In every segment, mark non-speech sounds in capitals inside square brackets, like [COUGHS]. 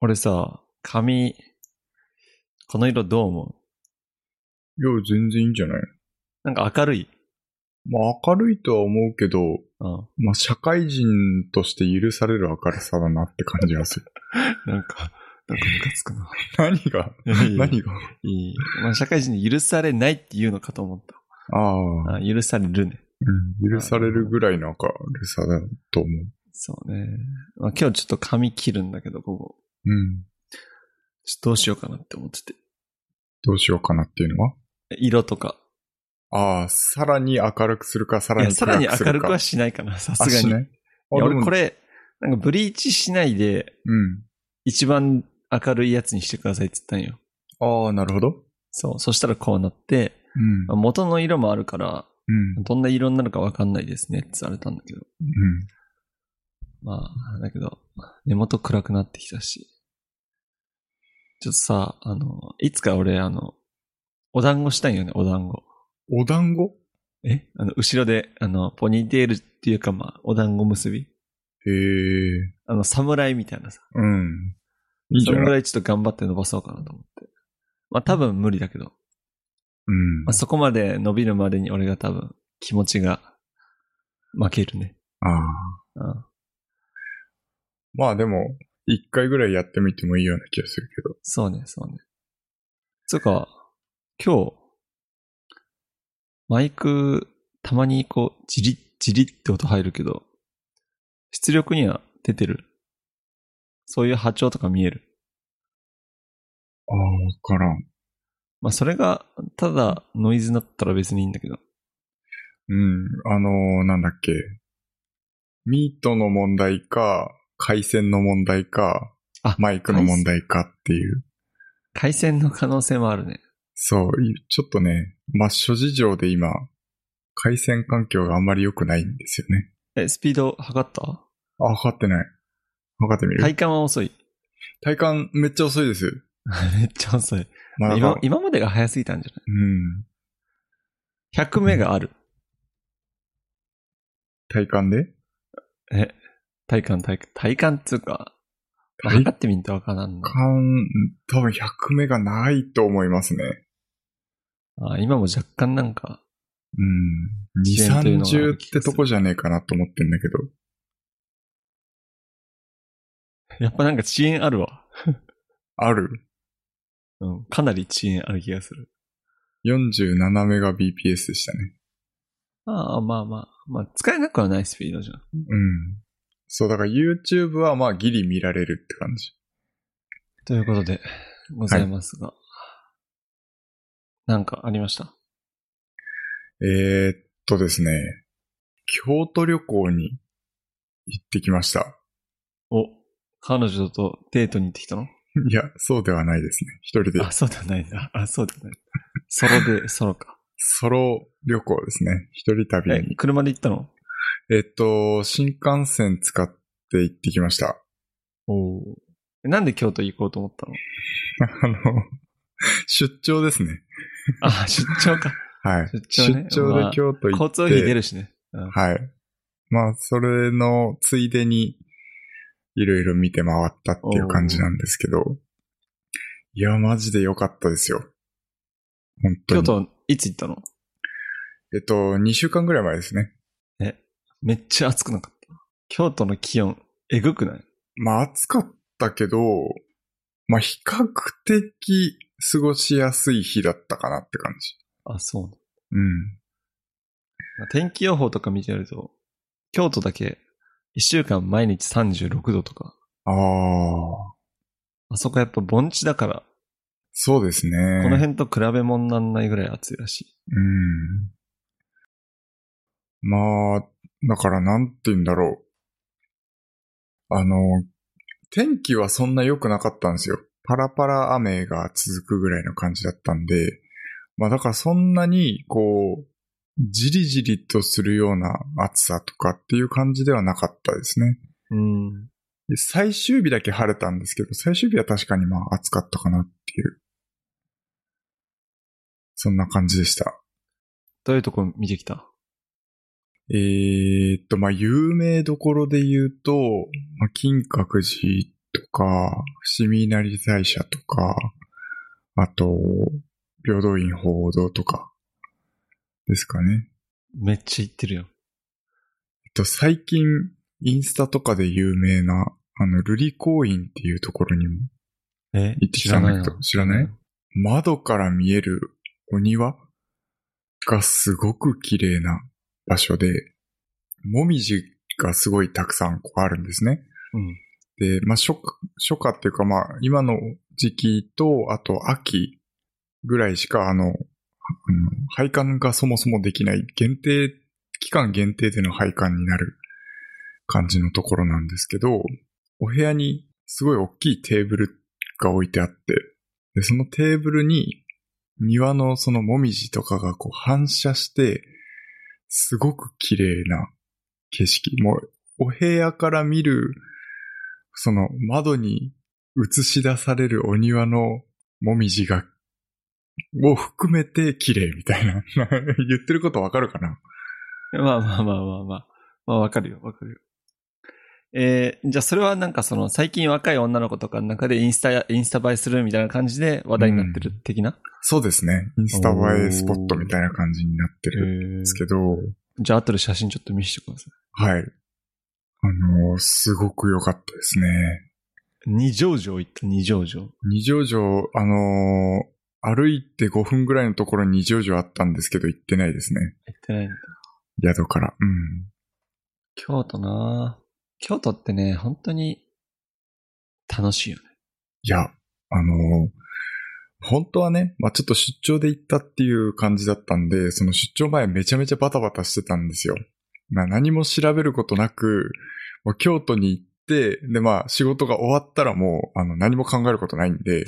俺さ、髪、この色どう思ういや、全然いいんじゃないなんか明るい。まあ、明るいとは思うけど、うん。まあ、社会人として許される明るさだなって感じがする。 [LAUGHS] なんか、なんかムカつくな。何が何がいい。まあ、社会人に許されないっていうのかと思っああ、た。あ許されるね。うん許されるぐらいの明るさだと思う。そうね。まあ、今日ちょっと髪切るんだけど、ここ。うん。ちょっとどうしようかなって思ってて。どうしようかなっていうのは色とか。ああ、さらに明るくするか、さいらや、にさらに暗くす明るるくか。はしないかな、さすあがしに。いなや、いあ、で俺もこれ、なんかブリーチしないで、うん。一番明るいやつにしてくださいって言ったんよ。ああ、なるほど。そう。そしたらこうなって、うんまあ元の色もあるから、うん。どんな色になるかわかんないですねってされたんだけど。うん。まあ、だけど、根元暗くなってきたし。ちょっとさ、あの、いつか俺、あの、お団子したいよね、お団子。お団子えあの、後ろで、あの、ポニーテールっていうか、まあ、お団子結び。へえ。あの、侍みたいなさ。うん。いいんじそゃのぐないらいちょっと頑張って伸ばそうかなと思って。まあ、多分無理だけど。うんまあ、。そこまで伸びるまでに俺が多分、気持ちが、負けるね。ああ。うん。まあでも、一回ぐらいやってみてもいいような気がするけど。そうね、そうね。つうか、今日、マイク、たまにこう、ジリッ、ジリッって音入るけど、出力には出てる。そういう波長とか見える。ああ、わからん。まあ、それが、ただノイズになったら別にいいんだけど。うん。あのーなんだっけ。ミートの問題か、回線の問題か、あマイクの問題かっていう。回線の可能性もあるね。そう、いちょっとね、まあ、諸事情で今、回線環境があんまり良くないんですよね。え、スピード測ったあ、測ってない。測ってみる、体感は遅い。 [LAUGHS] 体感めっちゃ遅いです。めっちゃ遅い。まあ、だから今、今までが早すぎたんじゃうん。ない ?100 目がある。体感でえ、体感、体感、体感っつうか、まあ体測ってみんとわからんな。感、多分100目がないと思いますね。あ今も若干なんか、うん。遅延というの2、があ30るっ気がてするとこじゃねえかなと思ってんだけど。やっぱなんか遅延あるわ。あるうん、かなり遅延ある気がする。 ?47 メガ BPS でしたね。ああ、まあまあ、まあ、使えなくはないスピードじゃん。うん。そう、だから YouTube はまあギリ見られるって感じ。ということで、ございますが。なんかありましたえー、っとですね。京都旅行に行ってきました。 [LAUGHS] お、彼女とデートに行ってきたのいや、そうではないですね。一人であ、そうではないんだ。あ、そうではない。 [LAUGHS] ソロで、ソロか。ソロ旅行ですね。一人旅え、に。車で行ったのえっと、新幹線使って行ってきました。 [LAUGHS] おーえなんで京都行こうと思ったのあの、出張ですね。あ、出張か。はい。出張ね出張で京都行って。交通費出るしね。うんはい。まあ、それのついでに、いろいろ見て回ったっていう感じなんですけど、いや、マジで良かったですよ。本当京に。都、いつ行ったのえっと、2週間ぐらい前ですね。めっちゃ暑くなかった。京都の気温、えぐくないまあ、暑かったけど、まあ、比較的過ごしやすい日だったかなって感じ。あ、そううん。な。天気予報とか見てると、京都だけ、一週間毎日36度とか。ああ、あそこやっぱ盆地だから、そうですね。この辺と比べ物になんないぐらい暑いらしい。うん。まあ、だからなんて言うんだろう。あの、天気はそんな良くなかったんですよ。パラパラ雨が続くぐらいの感じだったんで、まあだからそんなに、こう、じりじりとするような暑さとかっていう感じではなかったですね。うん。で最終日だけ晴れたんですけど、最終日は確かにまあ暑かったかなっていう。そんな感じでした。どういうとこ見てきたえーっと、まあ、有名どころで言うと、まあ、金閣寺とか、伏見稲荷大社とか、あと、平等院報道とか、ですかね。めっちゃ行ってるよ。えっと、最近、インスタとかで有名な、あの、瑠璃公院っていうところにもえ行ってきたんだけど、知らない窓から見えるお庭がすごく綺麗な場所で、もみじがすごいたくさんこうあるんですね。うん。で、まあ、初夏、初夏っていうかまあ、今の時期と、あと秋ぐらいしか、あの、うん配管がそもそもできない、限定、期間限定での配管になる感じのところなんですけど、お部屋にすごい大きいテーブルが置いてあって、で、そのテーブルに庭のそのもみじとかがこう反射して、すごく綺麗な景色。もう、お部屋から見る、その窓に映し出されるお庭のもみじが、を含めて綺麗みたいな。 [LAUGHS] 言ってることわかるかなまあまあまあまあまあ。まあわかるよ、わかるよ。えー、じゃあそれはなんかその最近若い女の子とかの中でインスタや、インスタ映えするみたいな感じで話題になってる的な、そうですね。インスタ映えスポットみたいな感じになってるえんですけど、じゃあ後で写真ちょっと見せてくださはい。あのーすごく良かったですね。い。二条城行った、二条城。二条城、あのー歩いて5分ぐらいのところに二条城あったんですけど、行ってないですね。行ってないんだ。宿から。うん。京都なぁ京都ってね、本当に楽しいよね。いや、あのー本当はね、まあ、ちょっと出張で行ったっていう感じだったんで、その出張前めちゃめちゃバタバタしてたんですよ。まあ何も調べることなく、もう京都に行って、でまあ仕事が終わったらもうあの何も考えることないんで、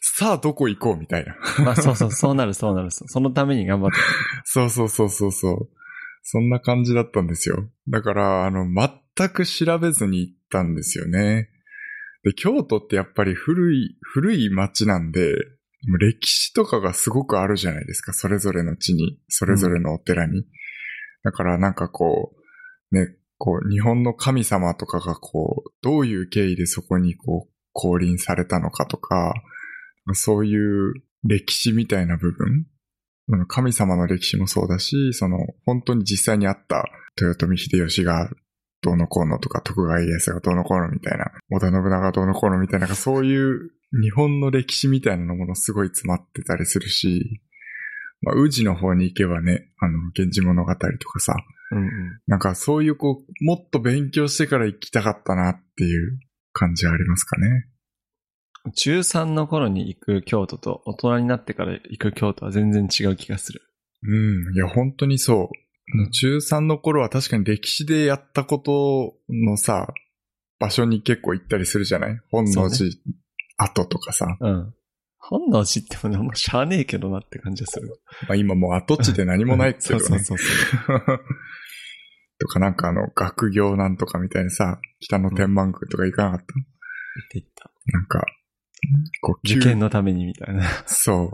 さあどこ行こうみたいな。 [LAUGHS] まあそうそう、そうなるそうなる。そうそのために頑張って。そうそうそうそうそう。そんな感じだったんですよ。だから、あの、全く調べずに行ったんですよね。で、京都ってやっぱり古い、古い街なんで、もう歴史とかがすごくあるじゃないですか。それぞれの地に、それぞれのお寺に。だから、なんかこう、ね、こう、日本の神様とかがこう、どういう経緯でそこにこう、降臨されたのかとか、そういう歴史みたいな部分あの神様の歴史もそうだし、その、本当に実際にあった豊臣秀吉がどうのこうのとか、徳川家康がどうのこうのみたいな、織田信長がどうのこうのみたいな、なんかそういう日本の歴史みたいなものすごい詰まってたりするし、まあ、宇治の方に行けばね、あの、源氏物語とかさ、うんうん。なんかそういうこう、もっと勉強してから行きたかったなっていう感じはありますかね。中3の頃に行く京都と大人になってから行く京都は全然違う気がする。うん。いや、本当にそう。もう中3の頃は確かに歴史でやったことのさ、場所に結構行ったりするじゃない本能そ寺跡とかさ。うん。本能寺ってもね、もうしゃあねえけどなって感じがする。まあ今もう跡地で何もないけどね。そうそうそうそう。 [LAUGHS] とかなんかあの、学業なんとかみたいなさ、北の天満宮とか行かなかった、行って行った。なんか、こう、受験のためにみたいな。そ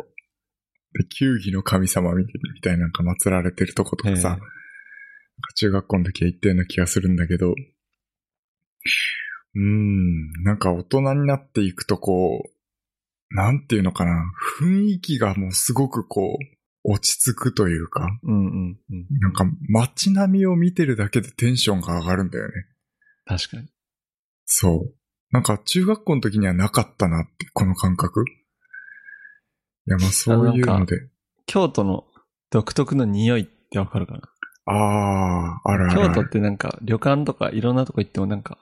う。で、球技の神様みたいななんか祀られてるとことかさ、ええなんか中学校の時は行ったような気がするんだけど、うーん、なんか大人になっていくとこう、なんていうのかな、雰囲気がもうすごくこう、落ち着くというか、うんうんうん。なんか街並みを見てるだけでテンションが上がるんだよね。確かに。そう。なんか中学校の時にはなかったなって、この感覚。いや、まあそういうので。京都の独特の匂いってわかるかなああ、あるあるあ京る。都ってなんか旅館とかいろんなとこ行ってもなんか、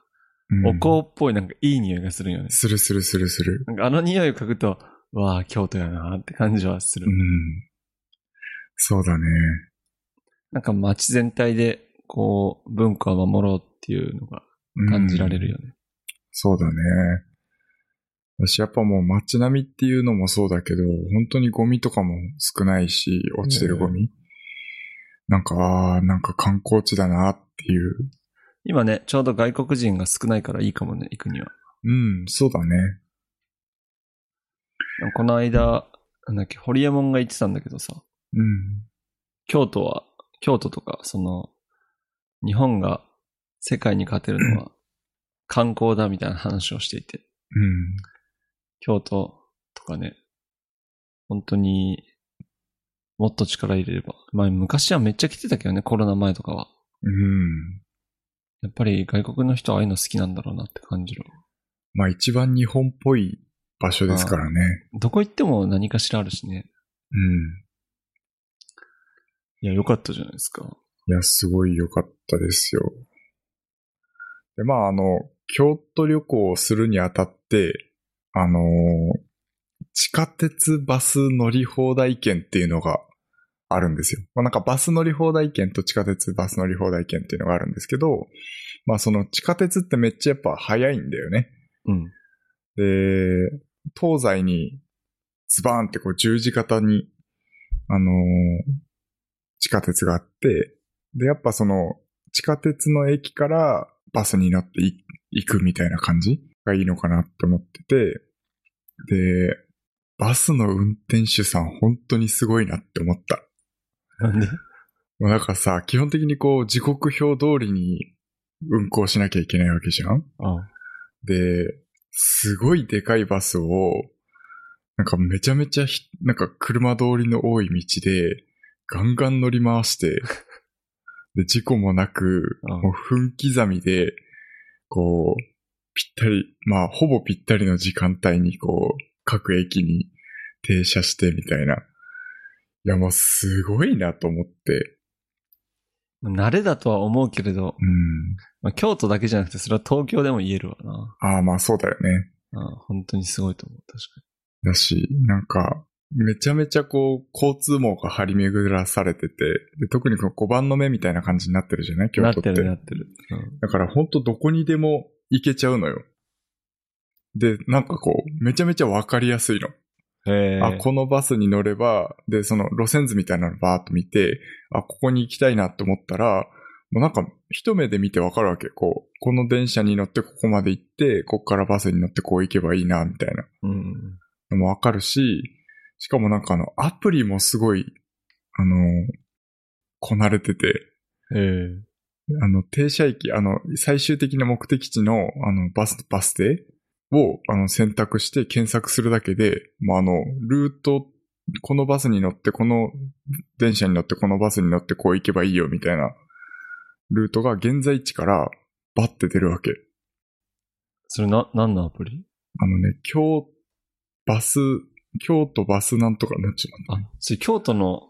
うんお香っぽいなんかいい匂いがするよね。するするするする。なんかあの匂いを嗅ぐと、わあ、京都やなって感じはする。うん。そうだね。なんか街全体で、こう、文化を守ろうっていうのがうん感じられるよね。そうだね。私やっぱもう街並みっていうのもそうだけど、本当にゴミとかも少ないし、落ちてるゴミ。なんか、あーなんか観光地だなっていう。今ね、ちょうど外国人が少ないからいいかもね、行くには。うん、そうだね。でもこの間、なんだっけ、ホリエモンが言ってたんだけどさ、うん。京都は、京都とか、その、日本が世界に勝てるのは、観光だみたいな話をしていて、うん。京都とかね、本当にもっと力入れれば。まあ昔はめっちゃ来てたけどね、コロナ前とかは。うん。やっぱり外国の人はああいうの好きなんだろうなって感じる。まあ一番日本っぽい場所ですからね。どこ行っても何かしらあるしね。うん。いや、良かったじゃないですか。いや、すごい良かったですよ。で、まああの、京都旅行をするにあたって、あのー地下鉄バス乗り放題券っていうのがあるんですよ。まあなんかバス乗り放題券と地下鉄バス乗り放題券っていうのがあるんですけど、まあその地下鉄ってめっちゃやっぱ早いんだよね。うん。で、東西にズバーンってこう十字型に、あのー地下鉄があって、で、やっぱその地下鉄の駅からバスになってい行くみたいな感じがいいのかなって思ってて、で、バスの運転手さん本当にすごいなって思った。なんでもうなんかさ、基本的にこう時刻表通りに運行しなきゃいけないわけじゃんあで、すごいでかいバスを、なんかめちゃめちゃひ、なんか車通りの多い道で、ガンガン乗り回して、 [LAUGHS] で、事故もなく、うんもう分刻みで、こう、ぴったり、まあ、ほぼぴったりの時間帯に、こう、各駅に停車してみたいな。いや、もうすごいなと思って。慣れだとは思うけれど、うん。まあ、京都だけじゃなくて、それは東京でも言えるわな。ああ、まあそうだよね。あ本当にすごいと思う。確かだし、なんか、めちゃめちゃこう、交通網が張り巡らされてて、で特にこの5番の目みたいな感じになってるじゃないに。京なっ都ってて。るなってる。うんだからほんとどこにでも行けちゃうのよ。で、なんかこう、めちゃめちゃわかりやすいの。へえ。あ、このバスに乗れば、で、その路線図みたいなのバーっと見て、あ、ここに行きたいなって思ったら、もうなんか一目で見てわかるわけ。こう、この電車に乗ってここまで行って、こっからバスに乗ってこう行けばいいな、みたいな。うん。のもわかるし、しかもなんかあの、アプリもすごい、あの、こなれてて、へえ。あの、停車駅、あの、最終的な目的地の、あの、バスとバス停を、あの、選択して検索するだけで、もうあの、ルート、このバスに乗って、この電車に乗って、このバスに乗って、こう行けばいいよ、みたいな、ルートが現在地から、バッて出るわけ。それな、何のアプリあのね、京、バス、京都バスなんとかなっちゃあ、それ京都の、う。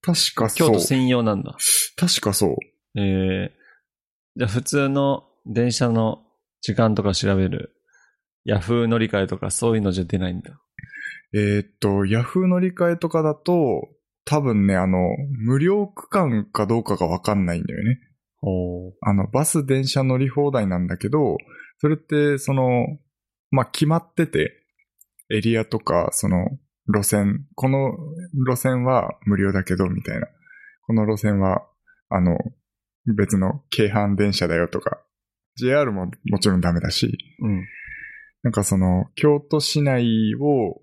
確かそう。京都専用なんだ。確かそう。ええじゃあ普通の電車の時間とか調べる、ヤフー乗り換えとかそういうのじゃ出ないんだ。えーっと、ヤフー乗り換えとかだと、多分ね、あの、無料区間かどうかがわかんないんだよね。おあの、バス、電車乗り放題なんだけど、それって、その、まあ、決まってて、エリアとか、その、路線、この路線は無料だけど、みたいな。この路線は、あの、別の京阪電車だよとか、JR ももちろんダメだし、うん。なんかその、京都市内を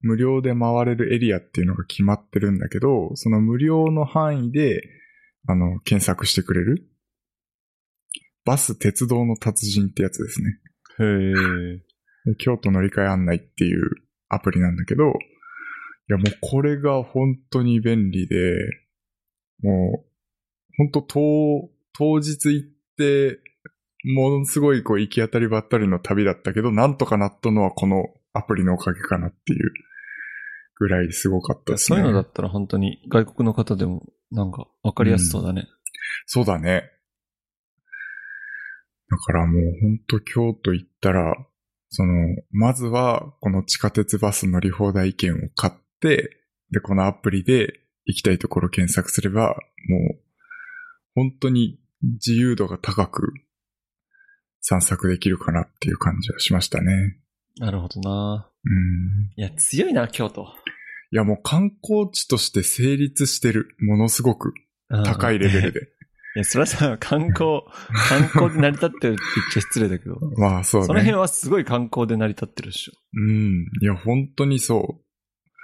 無料で回れるエリアっていうのが決まってるんだけど、その無料の範囲で、あの、検索してくれるバス鉄道の達人ってやつですね。へえ。で京都乗り換え案内っていうアプリなんだけど、いやもうこれが本当に便利で、もう、本当当、当日行って、ものすごいこう行き当たりばったりの旅だったけど、なんとかなったのはこのアプリのおかげかなっていうぐらいすごかったですそね。ういうのだったら本当に外国の方でもなんかわかりやすそうだね。そうだね。だからもうほんと京都行ったら、その、まずはこの地下鉄バス乗り放題券を買って、で、このアプリで行きたいところ検索すれば、もう、本当に自由度が高く散策できるかなっていう感じはしましたね。なるほどな。うん。いや、強いな、京都。いやもう観光地として成立してる。ものすごく高いレベルで。で。 [LAUGHS] いや、それはさ、観 [LAUGHS] 光、観光で成り立ってるって言っちゃ失礼だけど。まあそうね。その辺はすごい観光で成り立ってるっしょ。うん。いや、本当にそう。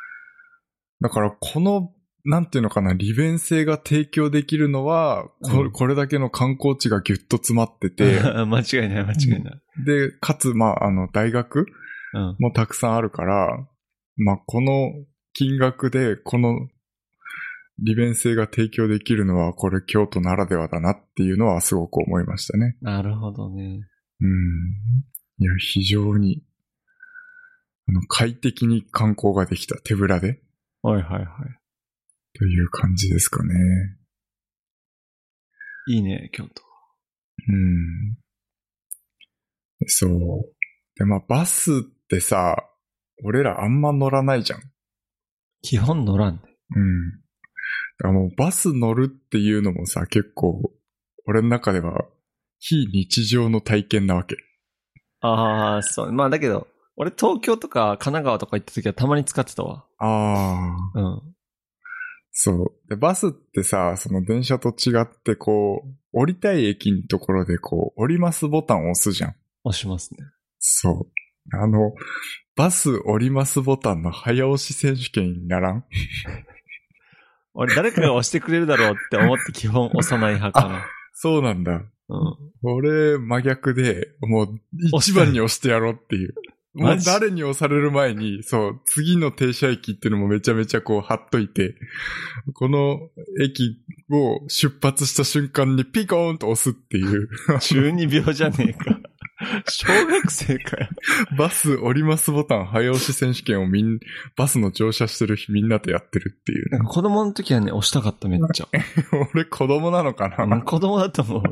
だから、このなんていうのかな、利便性が提供できるのは、こうれんこれだけの観光地がぎゅっと詰まってて、 [LAUGHS] 間違いない、間違いない。で、かつ、まあ、あの、大学うん。もたくさんあるから、まあ、この金額で、この利便性が提供できるのは、これ京都ならではだなっていうのはすごく思いましたね。なるほどね。うん。いや、非常に、あの、快適に観光ができた手ぶらではいはいはという感じですかね。い。いいね、京都。うん。そう。で、まあ、バスってさ、俺らあんま乗らないじゃん。基本乗らんね。うん。だからもうバス乗るっていうのもさ、結構、俺の中では非日常の体験なわけ。ああ、そう。まあだけど、俺東京とか神奈川とか行った時はたまに使ってたわ。ああ。うん。そう。で、バスってさ、その電車と違ってこう、降りたい駅のところでこう、降りますボタンを押すじゃん。押しますね。そう。あの、バス降りますボタンの早押し選手権にならん俺誰かが押してくれるだろうって思って基本押さない派かな。そうなんだ。うん。俺、真逆で、もう、押し一たい番に押してやろうっていう。[LAUGHS] もマうジ誰に押される前に、そう、次の停車駅っていうのもめちゃめちゃこう貼っといて、この駅を出発した瞬間にピコーンと押すっ [LAUGHS] ていう、 12秒じゃねえか。小学生かよ。バス降りますボタン早押し選手権をみん、バスの乗車してる日みんなとやってるっていうなんか子供の時はね、押したかっためっちゃ。ね。 [LAUGHS] 俺子供なのかうんな [LAUGHS] 子供だと思う。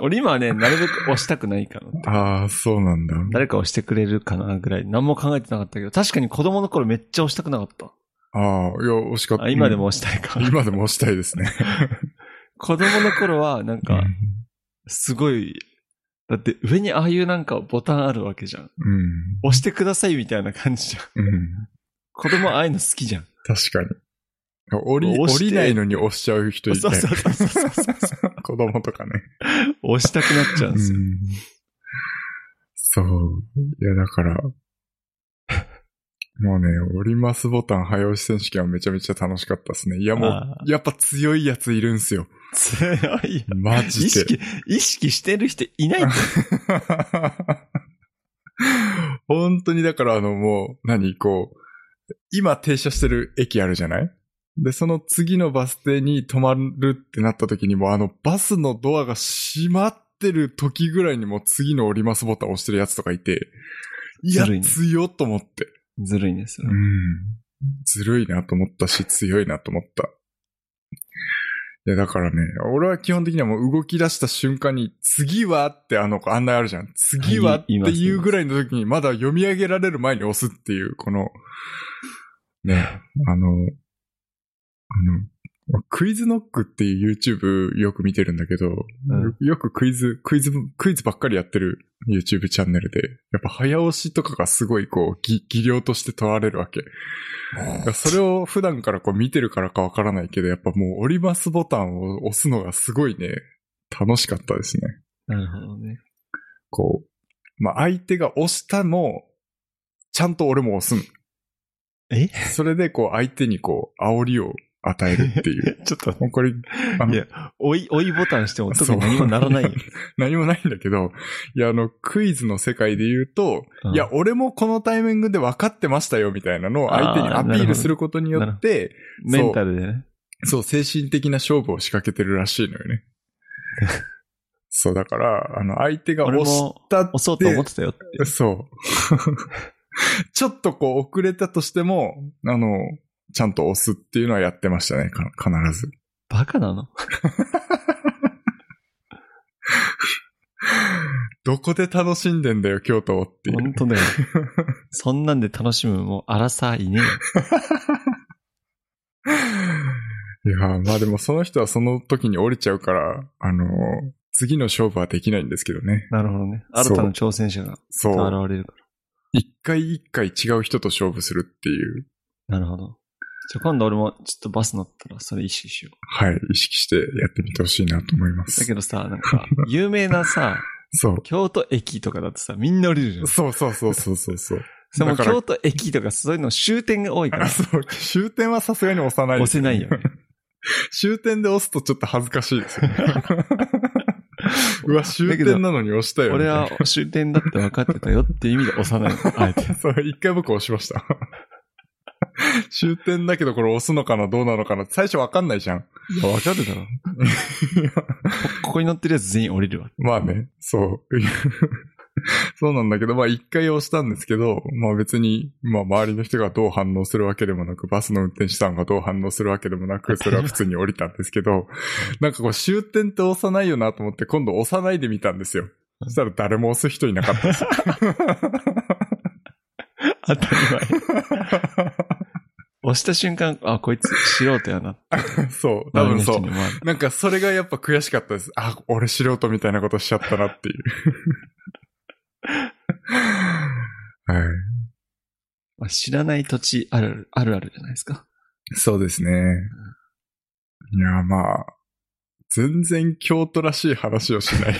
俺今はね、なるべく押したくないかな。ああ、そうなんだ。誰か押してくれるかなぐらい。何も考えてなかったけど、確かに子供の頃めっちゃ押したくなかった。ああ、いや、惜しかった。あ今でも押したいかうん、。今でも押したいですね。子供の頃はなんか、すごい、だって上にああいうなんかボタンあるわけじゃん。うん。押してくださいみたいな感 [LAUGHS] じじゃん。うん。子供ああいうの好きじゃん。確かに。降り、降押してりないのに押しちゃう人いたそうよねそうそうそうそう。子供とかね。押したくなっちゃうんです [LAUGHS] よ。そう。いや、だから、もうね、降りますボタン早押し選手権はめちゃめちゃ楽しかったですね。いや、もうあ、やっぱ強いやついるんすよ。強いよ。マ意ジで。識、意識してる人いないんだよ [LAUGHS] 本当にだからあのもう、何こう、今停車してる駅あるじゃないで、その次のバス停に止まるってなった時にもうあのバスのドアが閉まってる時ぐらいにもう次の降りますボタン押してるやつとかいて、いや、ずるいね強っと思って。ずるいんですよう。ん。ずるいなと思ったし、強いなと思った。いや、だからね、俺は基本的にはもう動き出した瞬間に、次はってあの案内あるじゃん。次ははいって言いますいうぐらいの時に、まだ読み上げられる前に押すっていう、この、ね、あの、あの、クイズノックっていう YouTube よく見てるんだけど、うんよくクイズ、クイズ、クイズばっかりやってる YouTube チャンネルで、やっぱ早押しとかがすごいこう、ぎ技量として問われるわけ。だからそれを普段からこう見てるからかわからないけど、やっぱもう折りますボタンを押すのがすごいね、楽しかったですね。なるほどね。こう、まあ相手が押したの、ちゃんと俺も押すの。えそれでこう相手にこう、煽りを与えるっ [LAUGHS] ていう。ちょっと、もうこれ、あのいや追い、追いボタンしても特に何もならないよ。何もないんだけど、いや、あの、クイズの世界で言うと、うんいや、俺もこのタイミングで分かってましたよ、みたいなのを相手にアピールすることによって、メンタルでね。そう、精神的な勝負を仕掛けてるらしいのよ [LAUGHS] ね。そう、だから、あの、相手が俺押もしたって、押そうと思ってたよって。そう。 [LAUGHS] ちょっとこう、遅れたとしても、あの、ちゃんと押すっていうのはやってましたね、か必ず。バカなのどこで楽しんでんだよ、京都をっていう。本当 [LAUGHS] だよ。そんなんで楽しむもう荒さいねえよ。いやー、まあでもその人はその時に降りちゃうから、あのー次の勝負はできないんですけどね。なるほどね。新たな挑戦者がそ現う。れるか一回一回違う人と勝負するっていう、ら。なるほど。じゃあ今度俺もちょっとバス乗ったらそれ意識しよう。はい、意識してやってみてほしいなと思いまだす。けどさ、なんか、 [LAUGHS] 有名なさ、そう。京都駅とかだってさ、みんな降りるじゃん。そうそうそうそうそうそう。それもだから京都駅とかそういうの終点が多いか [LAUGHS] あら、そう、終点 [LAUGHS] はさすがに押さない押ですせないよ [LAUGHS] ね。終点で押すとちょっと恥ずかしいです [LAUGHS] よね。うわ、終点なのに押したよ。俺は終点だって分かってたよっていう意味で押 [LAUGHS] さないのあえて。そう、一回僕押しました。 [LAUGHS] 終点だけどこれ押すのかなどうなのかな最初わかんないじゃん。分かるだろ。[LAUGHS] ここに乗ってるやつ全員降りるわ。まあね、そう。 [LAUGHS] そうなんだけど、まあ一回押したんですけど、まあ別に、まあ周りの人がどう反応するわけでもなく、バスの運転手さんがどう反応するわけでもなく、それは普通に降りたんですけど、 [LAUGHS] なんかこう終点って押さないよなと思って、今度押さないでみたんですよ。そしたら誰も押す人いなかったです。当たり前。押した瞬間、あ、こいつ素人やな。 [LAUGHS] そう、多分そう周り。の人に思われるなんかそれがやっぱ悔しかったです。あ、俺素人みたいなことしちゃったな [LAUGHS] っていう。はい。まあ知らない土地あるあるあるじゃないですか。そうですね。いや、まあ、全然京都らしい話をしない。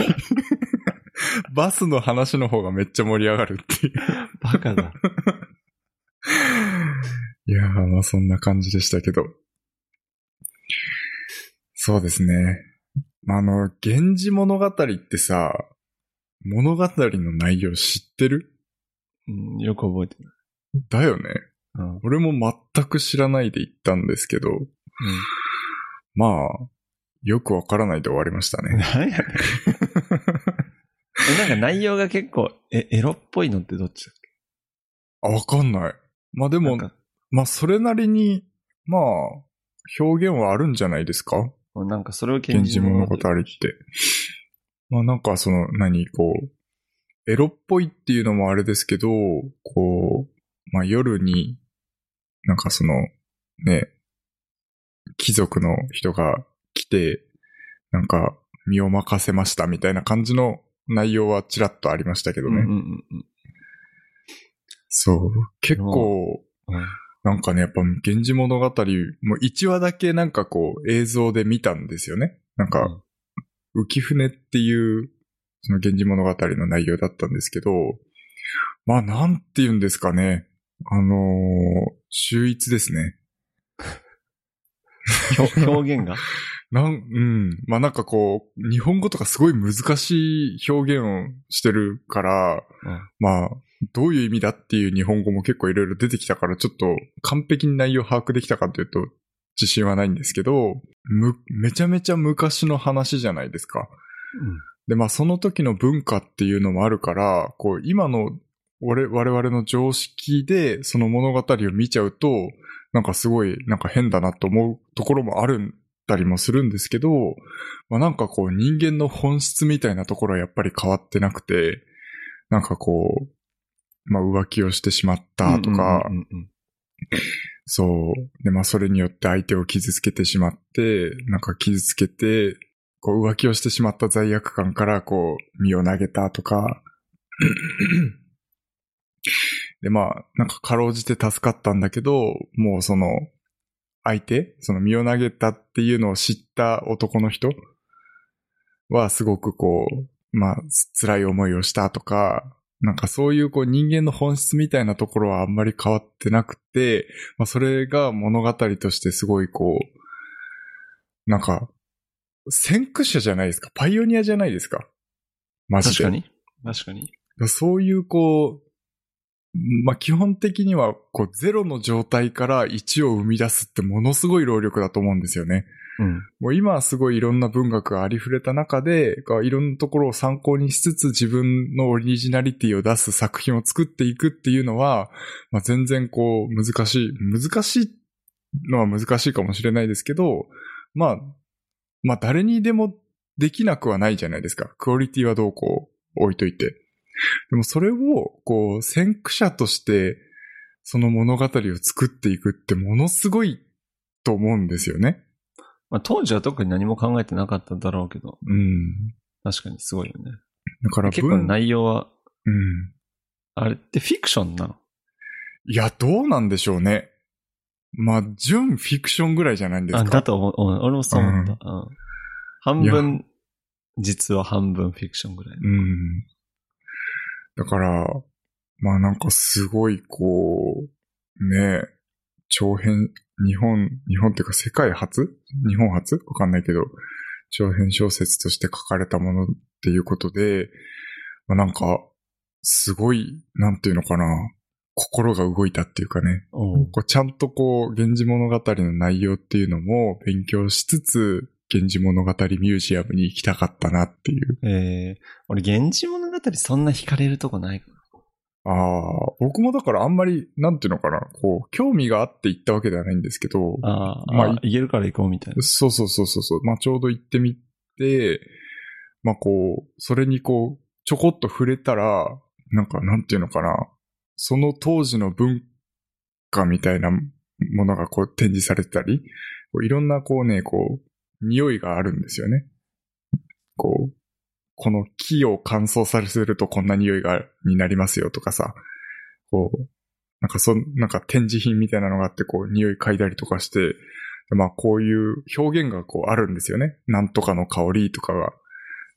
バスの話の方がめっちゃ盛り上がるっていう。バカだ。いやー、まあそんな感じでしたけど。そうですね。あの、源氏物語ってさ、物語の内容知ってる [LAUGHS] うん、よく覚えてる。だよね。うん。うん俺も全く知らないで行ったんですけど、まあ、よくわからないで終わりまし [LAUGHS] たね。 [LAUGHS] 何やねん。え、なんか内容が結構、え、エロっぽいのってどっちだっあ、わかんない。まあでけも、なんかまあそれなりに、まあ、表現はあるんじゃないですかなんかそれを検源氏物語って。まあなんかその、何、こう、エロっぽいっていうのもあれですけど、こう、まあ夜に、なんかその、ね、貴族の人が来て、なんか身を任せましたみたいな感じの内容はちらっとありましたけどうね。んうんうんそう。結構、うんうん。なんかね、やっぱ、源氏物語、もう1話だけなんかこう、映像で見たんですよね。なんうかん、浮舟っていう、その源氏物語の内容だったんですけど、まあ、なんて言うんですかね。あのー、秀逸ですね。表 [LAUGHS] 表現がなん、うん。まあ、なんかこう、日本語とかすごい難しい表現をしてるから、うんまあ、どういう意味だっていう日本語も結構いろいろ出てきたから、ちょっと完璧に内容把握できたかというと、自信はないんですけど、む、めちゃめちゃ昔の話じゃないですか。で、まあその時の文化っていうのもあるから、こう今の俺我々の常識でその物語を見ちゃうと、なんかすごいなんか変だなと思うところもあるんだりもするんですけど、まあなんかこう人間の本質みたいなところはやっぱり変わってなくて、なんかこう、まあ浮気をしてしまったとか、うんうんうんそう。で、まあ、それによって相手を傷つけてしまって、なんか傷つけて、こう、浮気をしてしまった罪悪感から、こう、身を投げたとか。で、まあ、なんか、かろうじて助かったんだけど、もうその、相手その身を投げたっていうのを知った男の人は、すごくこう、まあ、辛い思いをしたとか、なんかそういうこう人間の本質みたいなところはあんまり変わってなくて、まあ、それが物語としてすごいこう、なんか、先駆者じゃないですか。パイオニアじゃないですか。マジ確で。かに確かに。そういうこう、まあ、基本的にはこうゼロの状態から1を生み出すってものすごい労力だと思うんですよね。うん。もう今はすごいいろんな文学がありふれた中で、こういろんなところを参考にしつつ自分のオリジナリティを出す作品を作っていくっていうのは、まあ、全然こう難しい、難しいのは難しいかもしれないですけど、まあ、まあ誰にでもできなくはないじゃないですか。クオリティはどうこう置いといて。でもそれをこう先駆者としてその物語を作っていくってものすごいと思うんですよね。まあ当時は特に何も考えてなかったんだろうけど、うん。確かにすごいよね。だから結構文内容は、うん。あれってフィクションなのいや、どうなんでしょうね。まあ、純フィクションぐらいじゃないんですあ、か。だと思う。うん俺もそう思った。うん半分、実は半分フィクションぐらいの。うん。だから、まあなんかすごいこう、ねえ、長編、日本、日本っていうか世界初日本初わかんないけど、長編小説として書かれたものっていうことで、まあなんか、すごい、なんていうのかな、心が動いたっていうかね、おうこうちゃんとこう、源氏物語の内容っていうのも勉強しつつ、源氏物語ミュージアムに行きたかったなっていう。えー、俺、源氏物語そんな惹かれるとこないかああ、僕もだからあんまり、なんていうのかな、こう、興味があって行ったわけではないんですけど、ら。あーまああー、いけるから行こうみたいな。そうそうそうそうそう、まあちょうど行ってみて、まあこう、それにこう、ちょこっと触れたら、なんかなんていうのかな、その当時の文化みたいなものがこう展示されてたり、こういろんなこうね、こう、匂いがあるんですよね。こう、この木を乾燥させるとこんな匂いが、になりますよとかさ、こう、なんかそん、なんか展示品みたいなのがあって、こう、匂い嗅いだりとかして、まあこういう表現がこうあるんですよね。なんとかの香りとかが。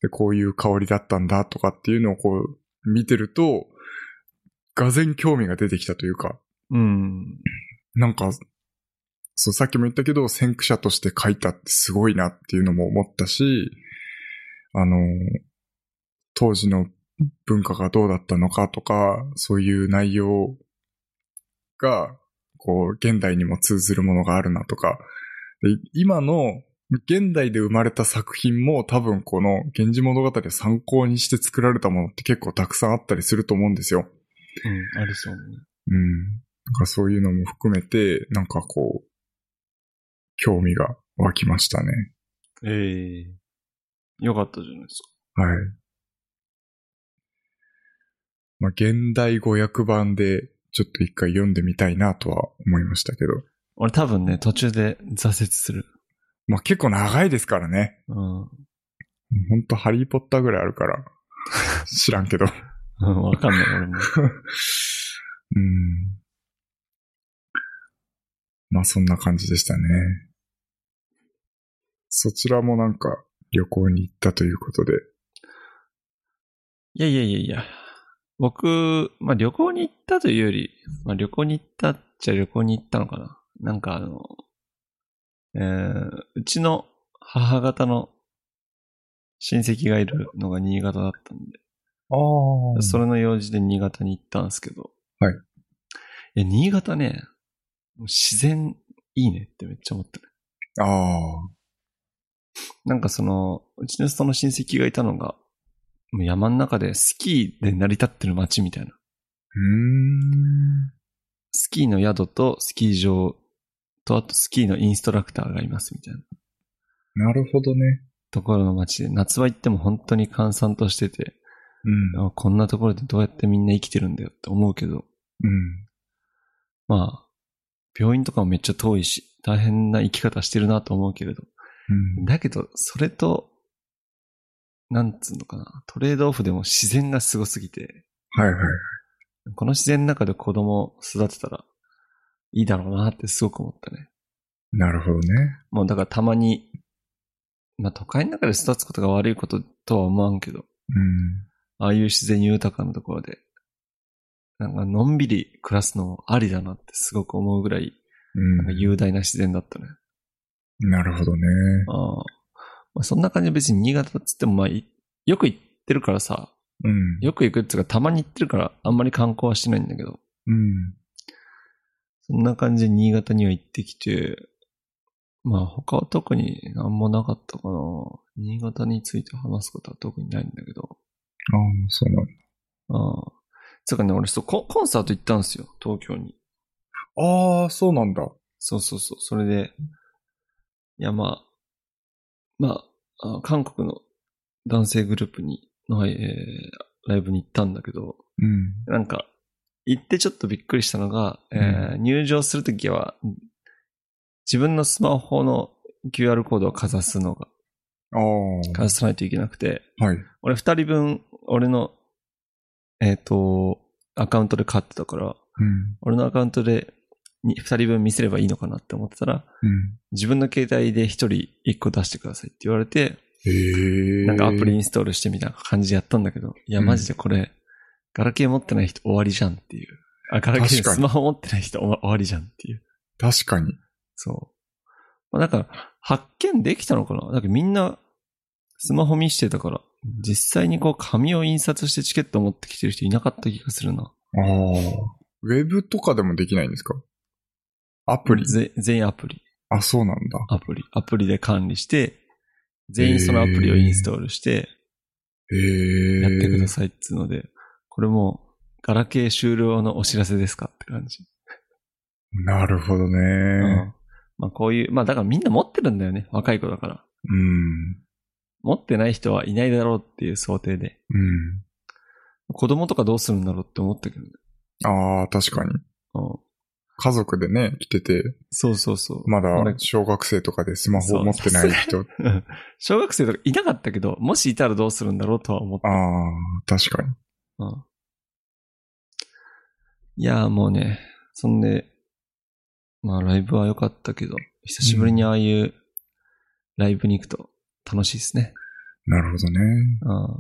で、こういう香りだったんだとかっていうのをこう見てると、がぜん興味が出てきたというか、うん。なんか、そう、さっきも言ったけど、先駆者として書いたってすごいなっていうのも思ったし、あの、当時の文化がどうだったのかとか、そういう内容が、こう、現代にも通ずるものがあるなとか、で今の、現代で生まれた作品も多分この源氏物語を参考にして作られたものって結構たくさんあったりすると思うんですよ。うん、ありそうね。うん。なんかそういうのも含めて、なんかこう、興味が湧きましたね。ええよかったじゃないですはい。まあ、現代語訳版で、ちょっと一回読んでみたいなとは思いましたけど。か。俺多分ね、途中で挫折する。まあ、結構長いですからね。うん。うんほんとハリーポッターぐらいあるから。 [LAUGHS] 知らんけど。わかんない、俺も。 [LAUGHS] うん。まあそんな感じでしたね。そちらもなんか旅行に行ったということで。いやいやいやいや。僕、まあ旅行に行ったというより、まあ旅行に行ったっちゃ旅行に行ったのかな。なんかあの、えー、うちの母方の親戚がいるのが新潟だったんで、ああそれの用事で新潟に行ったんですけど。はい。いや、新潟ね、もう自然いいねってめっちゃ思ったね。ああ。なんかその、うちのその親戚がいたのが、もう山の中でスキーで成り立ってる街みたいな。うーん。スキーの宿とスキー場とあとスキーのインストラクターがいますみたいななるほどね。ところの街で、夏は行っても本当に閑散としてて、うん。あこんなところでどうやってみんな生きてるんだよって思うけど、うん。まあ、病院とかもめっちゃ遠いし、大変な生き方してるなと思うけれど、うん。だけど、それと、なんつうのかな、トレードオフでも自然がすごすぎて、はいはい。この自然の中で子供を育てたらいいだろうなってすごく思ったね。なるほどね。もうだからたまに、まあ都会の中で育つことが悪いこととは思わんけど、うん。ああいう自然豊かなところで、なんかのんびり暮らすのもありだなってすごく思うぐらい、なんかう雄大な自然だったね。ん。なるほどね。ああまあ、そんな感じで別に新潟っつってもまあいよく行ってるからさ、うん。よく行くっていうかたまに行ってるからあんまり観光はしてないんだけど、うん。そんな感じで新潟には行ってきて、まあ他は特に何もなかったかな。新潟について話すことは特にないんだけど。ああ、そうなんだ。ああ。つうかね、俺そうコン、コンサート行ったんですよ、東京に。ああ、そうなんだ。そうそうそう。それで、いやまあ、まあ、あ韓国の男性グループに、の、えーライブに行ったんだけど、うん。なんか、行ってちょっとびっくりしたのが、うんえー入場するときは、自分のスマホの QR コードをかざすのが、ああ。かざさないといけなくて、はい。俺二人分、俺の、えっ、と、アカウントで買ってたから、うん。俺のアカウントでに二人分見せればいいのかなって思ってたら、うん。自分の携帯で一人一個出してくださいって言われて、へえ。なんかアプリインストールしてみたいな感じでやったんだけど、いや、マジでこれ、ガラケー持ってない人終わりじゃんっていう。あ、ガラケー確かにスマホ持ってない人終わ終わりじゃんっていう。確かに。そう。まあ、なんか、発見できたのかななんかみんな、スマホ見してたから、実際にこう紙を印刷してチケットを持ってきてる人いなかった気がするな。ああ。ウェブとかでもできないんですかアプリぜ全員アプリ。あ、そうなんだ。アプリ。アプリで管理して、全員そのアプリをインストールして、へえ。やってくださいっつうので、これもう、ガラケー終了のお知らせですかって感じ。なるほどね。う。まあこういう、まあだからみんな持ってるんだよね。若い子だから。うん。持ってない人はいないだろうっていう想定で。うん。子供とかどうするんだろうって思ったけどね。ああ、確かに。うん。家族でね、来てて、そうそうそう。まだ俺小学生とかでスマホを持ってな [LAUGHS] い人。うん [LAUGHS] 小学生とかいなかったけど、もしいたらどうするんだろうとは思っあた。あ、確かに。うんいやーもうね、そんで、まあライブは良かったけど、久しぶりにああいうライブに行くと楽しいですね。なるほどね。うん。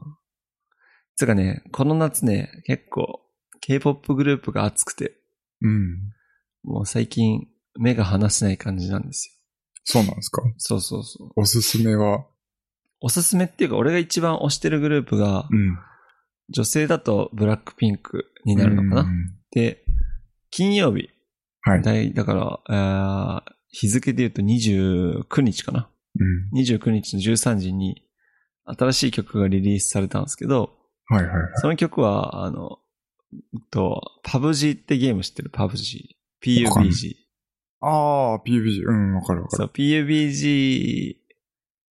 つうかね、この夏ね、結構 K-POP グループが熱くて、うん。もう最近目が離せない感じなんですそうなんですか。よ。そうそうそう。おすすめは、おすすめっていうか俺が一番推してるグループが、うん。女性だとブラックピンクになるのかな。うんで、金曜日。はいだいだから、えー日付で言うと29日かな。うん。 29日の13時に新しい曲がリリースされたんですけど、はいはいはい。その曲は、あの、うんと、パブ G ってゲーム知ってるパブ G。わかんな PUBG。ああ、PUBG。うん、わかるわかそる。う、PUBG